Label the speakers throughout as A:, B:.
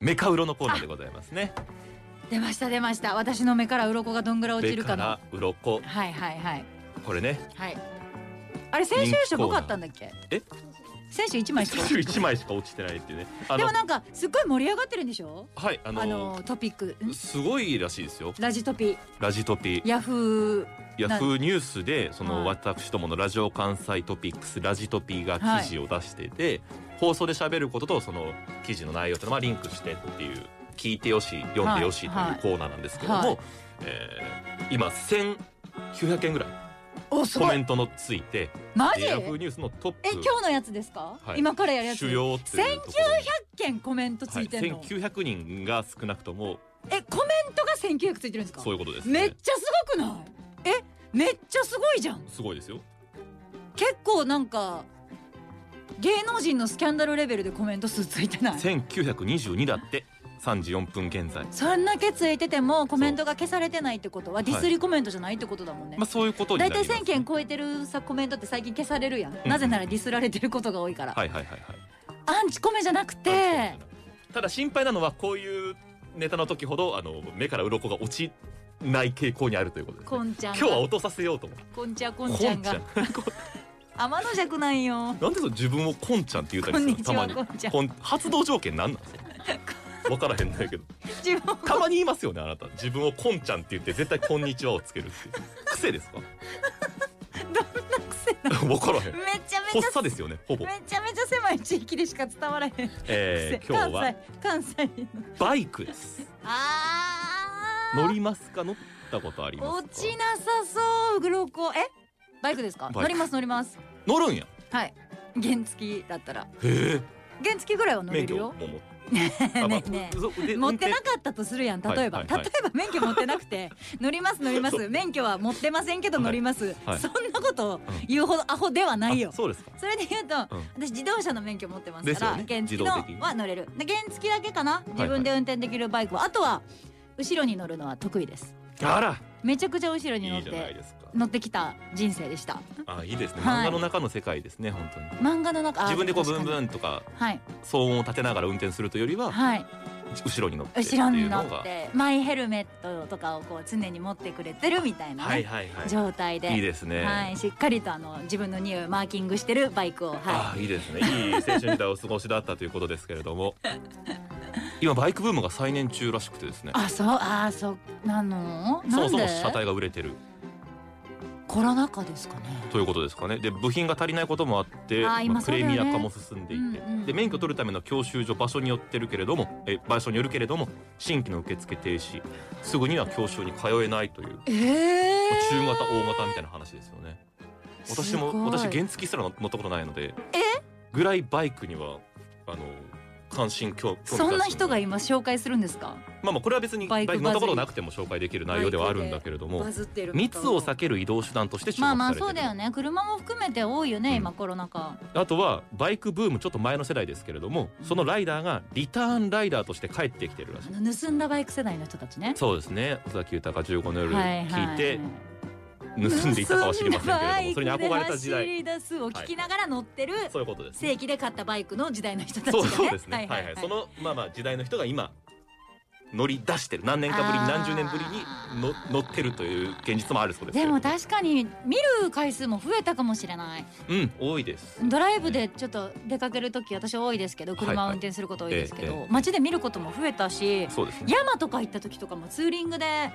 A: メカウロのコーナーでございますね。
B: 出ました出ました私の目から鱗がどんぐらい落ち
A: 目
B: るか
A: か
B: の
A: ら鱗
B: はいはいはい
A: これ ね。
B: はいあれ先週よりし5個あったんだっけ
A: え
B: 先週1枚しか
A: 一枚しか落ちてないっていうね。あ
B: で
A: の
B: もなんかすっごい盛り上がってるんでしょ
A: はいあ
B: あ
A: の
B: のトピックん
A: すごいらしいですよ。
B: ラジトピ
A: ラジトピ
B: ヤフー
A: ヤフーニュースでそ
B: は
A: の
B: い
A: 私どものラジオ関西トピックスラジトピが記事を出してて、放送で喋ることとその記事の内容というのはリンクしてっていう聞いてよし読んでよしと
B: はいいう
A: コーナーなんですけども、
B: はい
A: えー今1900件ぐらい
B: おす
A: コ
B: ご
A: メ
B: い
A: ントのついて
B: マジ
A: でヤフーニュースのトップ
B: え今日のやつですか、
A: はい
B: 今からやるやつ
A: 主要っていうとこ
B: 100件コメントつ
A: ろ
B: い
A: に、
B: てんの、
A: はい、1900人が少なくとも
B: えコメントが1900ついてるんですか
A: そういうことです
B: めっ
A: ね。
B: ちゃすごくないえめっちゃすごいじゃん
A: すごいですよ。
B: 結構なんか芸能人のスキャンダルレベルでコメント数ついてない
A: 1922だって34分現在。
B: そんだけついててもコメントが消されてないってことはディスりコメントじゃないってことだもんね、
A: まあそういうことにな
B: 大
A: りま
B: 体
A: す、ね。
B: 1000件超えてるさコメントって最近消されるやん、
A: うん
B: なぜならディスられてることが多いから、
A: はいはいはいはい。
B: アンチコメじゃなくて
A: ただ心配なのはこういうネタの時ほどあの目から鱗が落ちない傾向にあるということです、ね
B: こ、んちゃん
A: 今
B: が
A: 日は落とさせようと思って
B: こんちゃこんちゃんが
A: こ
B: 天の弱なんよ
A: なんでその自分をこんちゃんって言った
B: こ
A: りする
B: ん
A: の
B: にち
A: たま
B: は
A: に
B: こんちゃん
A: こん発動条件なんなんですか分からへんだけど
B: 自分
A: たまに言いますよねあなた自分をこんちゃんって言って絶対こんにちはをつけるっていう癖です か
B: 癖
A: 分からへん
B: めちゃめちゃ
A: 発作ですよねほぼ
B: め、ちゃめちゃ狭い地域でしか伝わらへん、
A: えー、今日は
B: 関西関西の
A: バイクです
B: あー
A: 乗りますか乗ったことありますか
B: 落ちなさそうグロコえバイクですか
A: バイク
B: 乗ります乗ります
A: 乗るんや
B: はい原付きだったら
A: へえ
B: 原付きぐらいは乗れ
A: 免
B: る
A: 許も
B: よ
A: 持って
B: ねえねえ持ってな
A: か
B: かったとするやん例えば、
A: はいはいはい
B: 例えば免許持ってな くて乗ります乗りま
A: そ
B: す免許は持ってませんけど乗ります、
A: はい
B: そんなこと
A: うん
B: 言うほどアホではないよ
A: そうですか
B: それで言うと、
A: うん
B: 私自動車の免許持ってます
A: です
B: か
A: よ
B: ら
A: ね
B: 原付
A: 自動的
B: の
A: に
B: は乗れるで原付だけかな自分で運転できるバイクは、あとは後ろに乗るのは得意です
A: あら
B: めちゃくちゃ後ろに乗
A: い
B: っ
A: いじゃない
B: て
A: ですか
B: 乗ってきた人生でした
A: あいいですね
B: は
A: 漫
B: い
A: 画の中の世界ですね本当に
B: 漫画の中あ
A: 自分でこう
B: 確
A: ブ
B: か
A: ン
B: に
A: ブンとか
B: はい
A: 騒音を立てながら運転するというよりは
B: はい
A: 後ろに乗ってって
B: 後ろ
A: い
B: に
A: う
B: 乗
A: の
B: っ
A: が
B: てマイヘルメットとかをこう常に持ってくれてるみたいなね、
A: はいはいは
B: 状態で
A: いいいです
B: は
A: ね
B: い、しっかりとあの自分の匂いをマーキングしてるバイクをは
A: あいいですねいい青春時代をお過ごしだったということですけれど も今バイクブームが再燃中らしくてですね
B: いあそうあそうなの
A: そ
B: な
A: も
B: ん
A: そも
B: で
A: 車体が売れてる
B: コロナ禍ですかね
A: ということですかねで部品が足りないこともあって
B: あー今
A: まあ
B: そ
A: プ
B: うだ
A: レ
B: よね
A: ミア化も進んでいて、
B: うんうん
A: で免許取るための教習所場所によってるけれどもえ場所によるけれども新規の受付停止すぐには教習に通えないという、ま
B: え
A: あ
B: え
A: 中型大型みたいな話ですよね私
B: すご
A: も
B: い
A: 私原付すら乗ったことないのでぐらいバイクにはあの関心興興味
B: そんな人が
A: い
B: 今紹介するんですか
A: まあまあこれは別に
B: バ
A: バ
B: イ
A: イ
B: ク
A: ク乗ったことなくても紹介できる内容ではあるんだけれども
B: バズってる
A: 密を避ける移動手段として注目
B: まあ
A: さ
B: まあ
A: れている
B: そうだよね車も含めて多いよね、
A: うん
B: 今コロナ禍
A: あとはバイクブームちょっと前の世代ですけれどもそのライダーがリターンライダーとして帰ってきてるらしい
B: あの盗んだバイク世代の人たちね
A: そうですね尾崎豊15の
B: は
A: 夜聞いて盗んでいたかは知りませんけ れどもそれに憧れた時
B: 盗んだバイクで走
A: 代
B: り出すを聞きながら乗ってる
A: そういうことですね
B: 正規で買ったバイクの時代の人たちがね
A: そうそうですねはいはいそのまあまあ時代の人が今乗り出してる何年かぶり
B: あ
A: に
B: ー
A: 何十年ぶりにの乗ってるという現実もあるそうですけ
B: で
A: れど
B: も確かに見る回数も増えたかもしれない
A: うん多いです
B: ドライブでちょっと出かける時私多いですけど車を運転すること多いですけど、
A: はいはい
B: 街で見ることも増えたし
A: そうですね
B: 山とか行った時とかもツーリングでや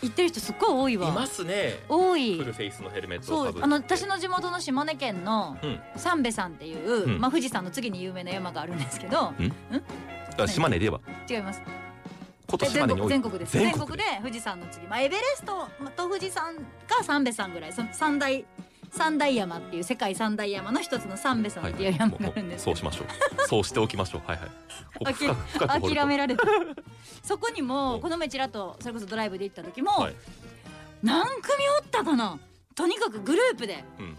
B: 行ってる人すっごい多い
A: い
B: わ
A: ますね
B: 多
A: フ
B: い
A: ルフェイスのヘルメットを
B: そ
A: か
B: う
A: ぶって
B: あの私の地元の島根県の
A: うん
B: 三瓶山っていう、
A: うん
B: まあ、富士山の次に有名な山があるんですけど
A: あ島根では
B: 違います
A: こと
B: え
A: 島根
B: 全
A: に多
B: 国
A: い
B: 全国です全
A: 全
B: 国
A: 国
B: で富士山の次、まあ、エベレストと富士山か三瓶山ぐらいその三大三大山っていう世界三大山の一つの三瓶山っていう山があるんですけ
A: そうしましょう。そうしておきましょう。 はいはい。ここ
B: あき
A: 深く深く掘ると
B: 諦められたそこにも
A: うん
B: この前ちらっとそれこそドライブで行った時も、
A: はい
B: 何組おったかなとにかくグループで
A: うん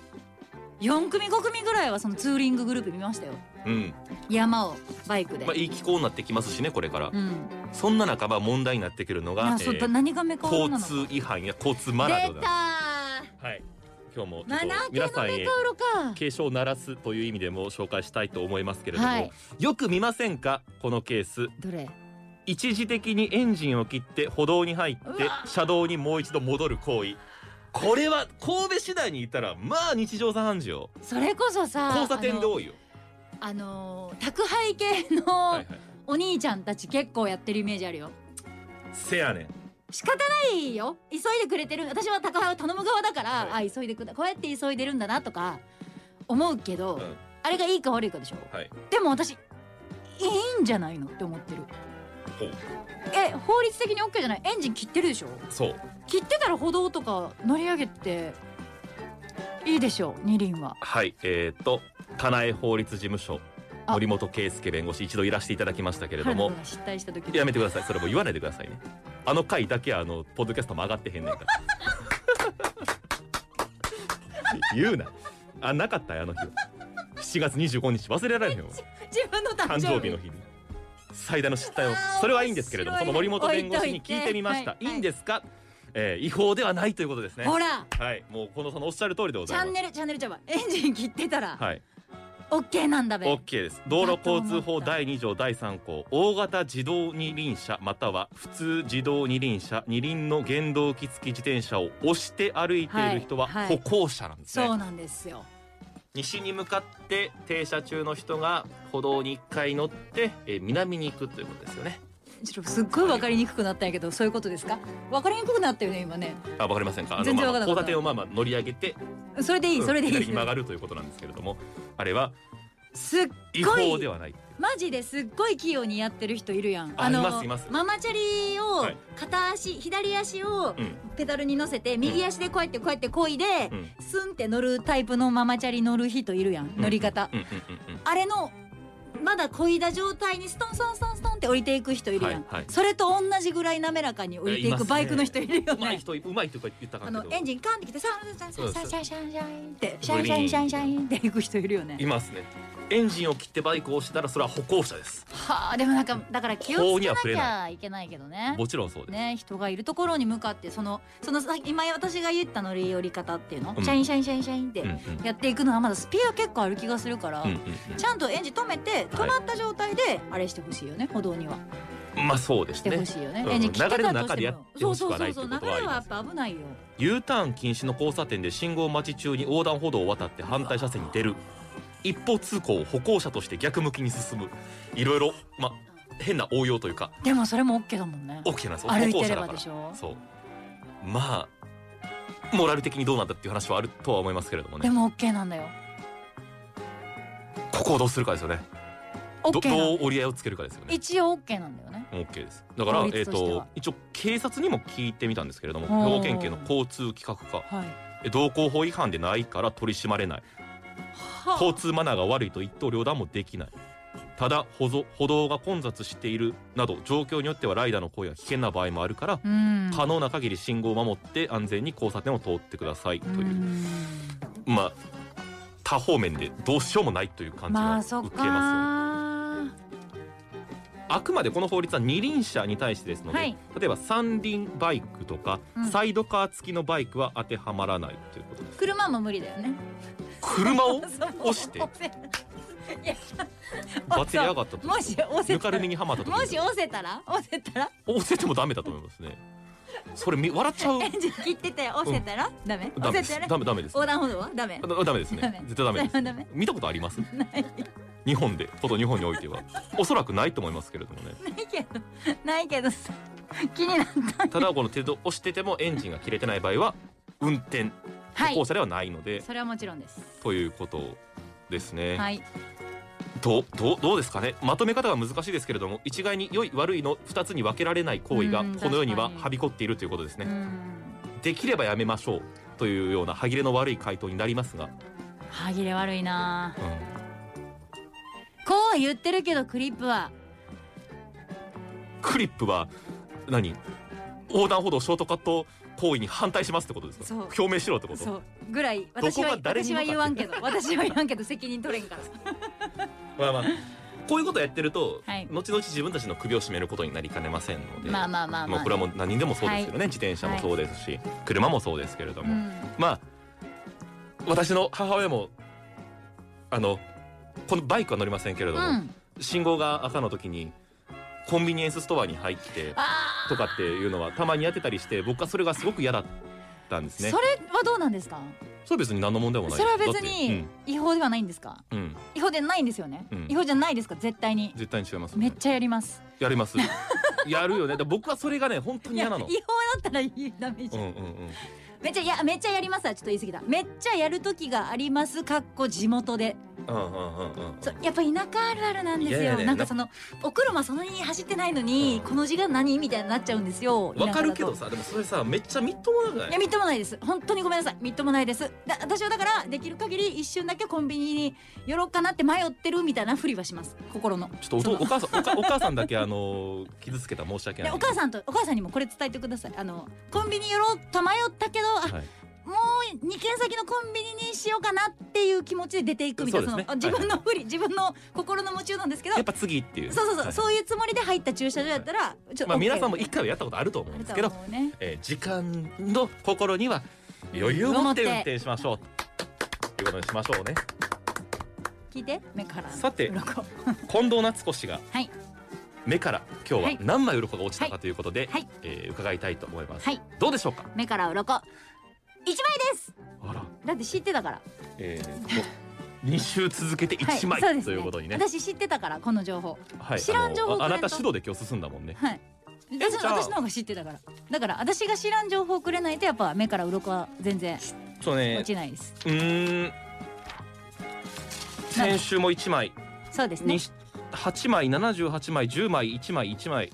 B: 4組5組ぐらいはそのツーリンググループ見ましたよ
A: うん。
B: 山をバイクで、
A: まあいい気候になってきますしねこれから
B: う。ん、
A: そんな中まあ問題になってくるのが
B: なそう
A: えー
B: 何が目変わるなの
A: 交通違反や交通マナーでご
B: 出
A: ざいま
B: た
A: す。はい。今日もちょっと
B: 七系の
A: 皆
B: メカ
A: さんへ
B: ウロか
A: 警鐘を鳴らすという意味でも紹介したいと思いますけれども、
B: はい
A: よく見ませんかこのケース
B: どれ
A: 一時的にエンジンを切って歩道に入っ
B: う
A: て
B: わ
A: 車道にもう一度戻る行為これは神戸市内にいたらまあ日常茶飯事よ
B: それこそさ
A: 交差点で多いよ
B: あのあの宅配系
A: はいは
B: の
A: い
B: お兄ちゃんたち結構やってるイメージあるよ
A: せやねん
B: 仕方ないよ急いでくれてる私は宅配を頼む側だから、
A: はい
B: あ急いでくだこうやって急いでるんだなとか思うけど、
A: うん
B: あれがいいか悪いかでしょ
A: はい
B: でも私いいんじゃないのって思ってる
A: ほう
B: え法律的に OK じゃないエンジン切ってるでしょ
A: そう
B: 切ってたら歩道とか乗り上げていいでしょう二輪は
A: はいえっ、と田内法律事務所
B: あ
A: 森本圭介弁護士一度いらしていただきましたけれど
B: 原田
A: も
B: 君が失態した時
A: やめてくださいそれもう言わないでくださいねあの回だけはあのポッドキャストも上がってへんねんから 言うなあなかったよあの日は7月25日忘れられへんよ
B: 自分の 誕
A: 誕
B: 生
A: 生
B: 日
A: 日
B: の
A: の日に最大の失態を
B: あー
A: それはいいんですけれどもそ
B: 面白
A: の
B: い
A: 森本弁護士に
B: 置いといて
A: 聞いてみました
B: はい
A: いいんですか、えー違法ではないということですね
B: ほら
A: はいもうこのそのおっしゃる通りでご
B: チ
A: ざい
B: ャ
A: ま
B: ン
A: す
B: ネルチャンネルちゃうわエンジン切ってたら
A: はい
B: OK なんだべ、
A: オッケーです道路交通法第2条第3項大型自動二輪車または普通自動二輪車二輪の原動機付き自転車を押して歩いている人は
B: はいは
A: 歩
B: い
A: 行者なんですね、
B: そうなんですよ
A: 西に向かって停車中の人が歩道に1回乗って、えー南に行くということですよね
B: ちょっとすっごい分かりにくくなったんやけどそういうことですか分かりにくくなったよね今ね
A: あわかりませんかあの
B: 全然わ
A: ま
B: か
A: あ
B: らな
A: 交
B: かった
A: 差点をまあまあ乗り上げて
B: それでいいそれでいい
A: 左に曲がるということなんですけれどもあれは
B: すっ
A: 違
B: ごい
A: 法ではない
B: マジですっごい器用にやってる人いるやん
A: あいますいます
B: ママチャリを
A: はい
B: 片足、左足を
A: うん
B: ペダルに乗せて右足でこうやってこうやって漕いで、
A: うん
B: スンって乗るタイプのママチャリ乗る人いるやん乗り方、
A: うんうんうん
B: あれのまだ漕いだ状態にストンストンストンストンって降りていく人いるやん、
A: はいはい
B: それと同じぐらい滑らかに降りて
A: い
B: い
A: ます
B: く
A: ね
B: バイクの人いるよ
A: うまい
B: ね
A: 人うまいとか言ったか
B: あ
A: な
B: の
A: けど
B: エンジンカンってきてさあさあさあさあシャンシャンシャンってシャンシャンシャンシャンって行く人いるよね
A: いますねエンジンを切ってバイクを押したらそれは歩行者です
B: はあでもなんかだから気を
A: 法に
B: つけ
A: は
B: な
A: 触れ
B: き
A: ない
B: ゃいけないけどね
A: もちろんそうです、
B: ね人がいるところに向かってそのそのさ今私が言った乗り寄り方っていうの、
A: うん
B: シャインシャインシャインシャインって
A: うんうん
B: やっていくのはまだスピード結構ある気がするから、
A: うんうん
B: ちゃんとエンジン止めて止まった状態であれしてほしいよね歩道には
A: うんまあそうで
B: し
A: す
B: てほ
A: ね
B: しいよね
A: うん
B: エンジン切って
A: 流れ
B: た
A: の
B: とし
A: 中で
B: て
A: や
B: も
A: って
B: そ
A: ほ
B: う
A: しく
B: そう
A: はな
B: そ
A: いうっていう
B: そ
A: う
B: 流
A: こと
B: れ
A: はあり
B: はや
A: ま
B: っ
A: す
B: ぱ危ないよ
A: U ターン禁止の交差点で信号待ち中に横断歩道を渡って反対車線に出る一方通行を歩行者として逆向きに進むいろいろまあ変な応用というか
B: でもそれも OK だもんね
A: OK なんですよ
B: 歩
A: 歩
B: い
A: 行
B: て
A: 者
B: れ
A: だ
B: ば
A: か
B: で
A: ら
B: しょ
A: そうまあモラル的にどうなんだっていう話はあるとは思いますけれども
B: で
A: ね
B: も OK なんだよ
A: ここをどうするかですよねど
B: OK な
A: ど
B: ん
A: う折り合いをつけるかですよね
B: 一応 OK なんだよね
A: OK ですだから
B: 法
A: え
B: 律
A: っ、
B: としては
A: と一応警察にも聞いてみたんですけれども
B: おー
A: 兵庫県警の交通規格課
B: はい
A: え道交法違反でないから取り締まれない
B: は
A: 交通マナーが悪いと一刀両断もできないただ歩ぞ歩道が混雑しているなど状況によってはライダーの行為が危険な場合もあるから
B: うん
A: 可能な限り信号を守って安全に交差点を通ってくださいといううんまあ多方面でどうしようもないという感じ
B: ま
A: は
B: あ
A: 受け
B: そ
A: ますよね、
B: っか
A: あくまでこの法律は二輪車に対してですので、
B: はい
A: 例えば三輪バイクとか、
B: うん
A: サイドカー付きのバイクは当てはまらないということです
B: 車も無理だよね
A: 車を
B: 押
A: 押 して
B: そう
A: バテり上がったと
B: もし押せ
A: ぬ
B: た
A: からるみにはまったと
B: もし押せたら押せたら
A: 押せてもダメだと思いますねそれみ笑っちゃう
B: エンジン切ってて押せたら、ダメ
A: ダメ
B: 押
A: で
B: せ
A: す
B: たら
A: ダメダメです
B: 横断歩道はダメ
A: だダメです
B: ダ
A: ね
B: メ
A: 絶対ダメです
B: それ はダメ
A: 見たことあります
B: ない
A: 日本でこと日本においてはおそらくないと思いますけれどもね
B: ないけどないけどさ気になった
A: ただこの手で押しててもエンジンが切れてない場合は運転
B: は
A: 歩
B: い
A: 行者ではないので、
B: それはもちろんです
A: ということですね、
B: はい
A: どうどうどうですかねまとめ方が難しいですけれども一概に良い悪いの2つに分けられない行為が
B: うん
A: この世には
B: 確かに
A: はびこっているということですね
B: うん
A: できればやめましょうというような歯切れの悪い回答になりますが、
B: 歯切れ悪いな
A: うん
B: こうは言ってるけどクリップは
A: クリップは何横断歩道ショートカット行為に反対しますってことですか
B: そう
A: 表明しろってこと
B: そうぐらい私は
A: どこが誰に向
B: 私
A: か
B: は
A: って
B: 言わんけど私は言わんけど責任 取れんから
A: まあまあこういうことやってると、
B: はい
A: 後々自分たちの首を絞めることになりかねませんので、
B: まあまあま
A: ま
B: あま
A: あ
B: あ
A: これはもう何にでもそうですけどね、自転車もそうですし、車もそうですけれども、
B: うん
A: まあ私の母親もあのこのバイクは乗りませんけれど
B: う
A: も、
B: ん
A: 信号が赤の時にコンビニエンスストアに入って
B: あ
A: とかっていうのはたまにやってたりして僕はそれがすごく嫌だったんです
B: ー
A: ね
B: それはどうなんですか
A: それ別に何の問題もない
B: それは別
A: だっ
B: に
A: て
B: 違法ではないんですか
A: うん、うん
B: 違法でないんですよね、
A: うん
B: 違法じゃないですか絶対に
A: 絶対に違います、ね、
B: めっちゃやります
A: やります やるよねだから僕はそれがね本当に
B: いや
A: 嫌
B: 違法
A: な
B: だ
A: の
B: ったらいいダメじ
A: う
B: ゃ
A: ん
B: ん、
A: うんうん
B: めっちゃいやめっちゃやりますはちょっと言い過ぎためっちゃやる時がありますかっこ地元で
A: うんうんうんうんうん
B: そうやっぱ田舎あるあるなんです
A: いやい
B: よ、
A: やね
B: なんかそのお車そんなに走ってないのに、
A: うん
B: この時間何みたいになっちゃうんですよ
A: わかるけど
B: 田舎だ
A: さでもそれさめっちゃみっともなくない
B: といやみっともないです本当にごめんなさいみっともないですだ私はだからできる限り一瞬だけコンビニに寄ろうかなって迷ってるみたいなふりはします心の
A: ちょっとお父お母さんお母お母さんだけあの傷つけた申し訳
B: で
A: ない
B: お母さんとお母さんにもこれ伝えてくださいあのコンビニ寄ろうと迷ったけど、あ
A: はい
B: もう2軒先のコンビニにしようかなっていう気持ちで出ていくみたいな
A: そうですね
B: の自分の不利、自分の心の持ちようなんですけど
A: やっぱ次っていう
B: そうそうそう、
A: はい
B: そういうつもりで入った駐車場やったら、ちょっと
A: まあ皆さんも
B: も
A: 一回はやったことあると思うんですけど、
B: ね、
A: えー時間の心には余裕を持って運転しましょうということにしましょうね
B: 聞いて目から
A: さて
B: 鱗は
A: 近藤夏子氏が
B: はい
A: 目から今
B: は
A: 日はい何枚鱗が落ちたかということで、
B: はい
A: えー伺いたいと思います、
B: はい
A: どうでしょうか
B: 目から鱗一枚です
A: あら、
B: だって知ってたから
A: えー、2週続けて1枚、
B: そうです
A: ということにね
B: 私知ってたからこの情報
A: はい、
B: 知らん情報
A: あのああ
B: くれ
A: なん
B: と
A: た指導で今日進んだもんね
B: はい
A: え
B: 私
A: じゃあ
B: 私の方が知ってたからだから私が知らん情報をくれないとやっぱ目から鱗は全然
A: そう
B: 落
A: ね
B: ちないです、
A: うーん先週も1枚
B: そうですね
A: に8枚78枚10枚1枚1枚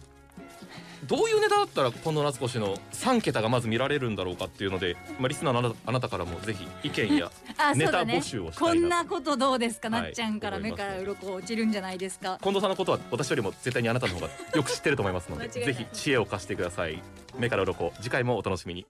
A: どういうネタだったら近藤夏子氏の3桁がまず見られるんだろうかっていうので、まあ、リスナーのあなたあなたからもぜひ意見や
B: あ
A: ネ
B: そう
A: タ
B: だ
A: 募
B: ね
A: 集をした
B: こ
A: い
B: ん
A: な
B: なことどうですか、
A: はい
B: なっちゃんから目から鱗落ちるんじゃないですか
A: 近藤さんのことは私よりも絶対にあなたの方がよく知ってると思いますので
B: 間違い
A: ぜ
B: ない
A: ひ知恵を貸してください目から鱗次回もお楽しみに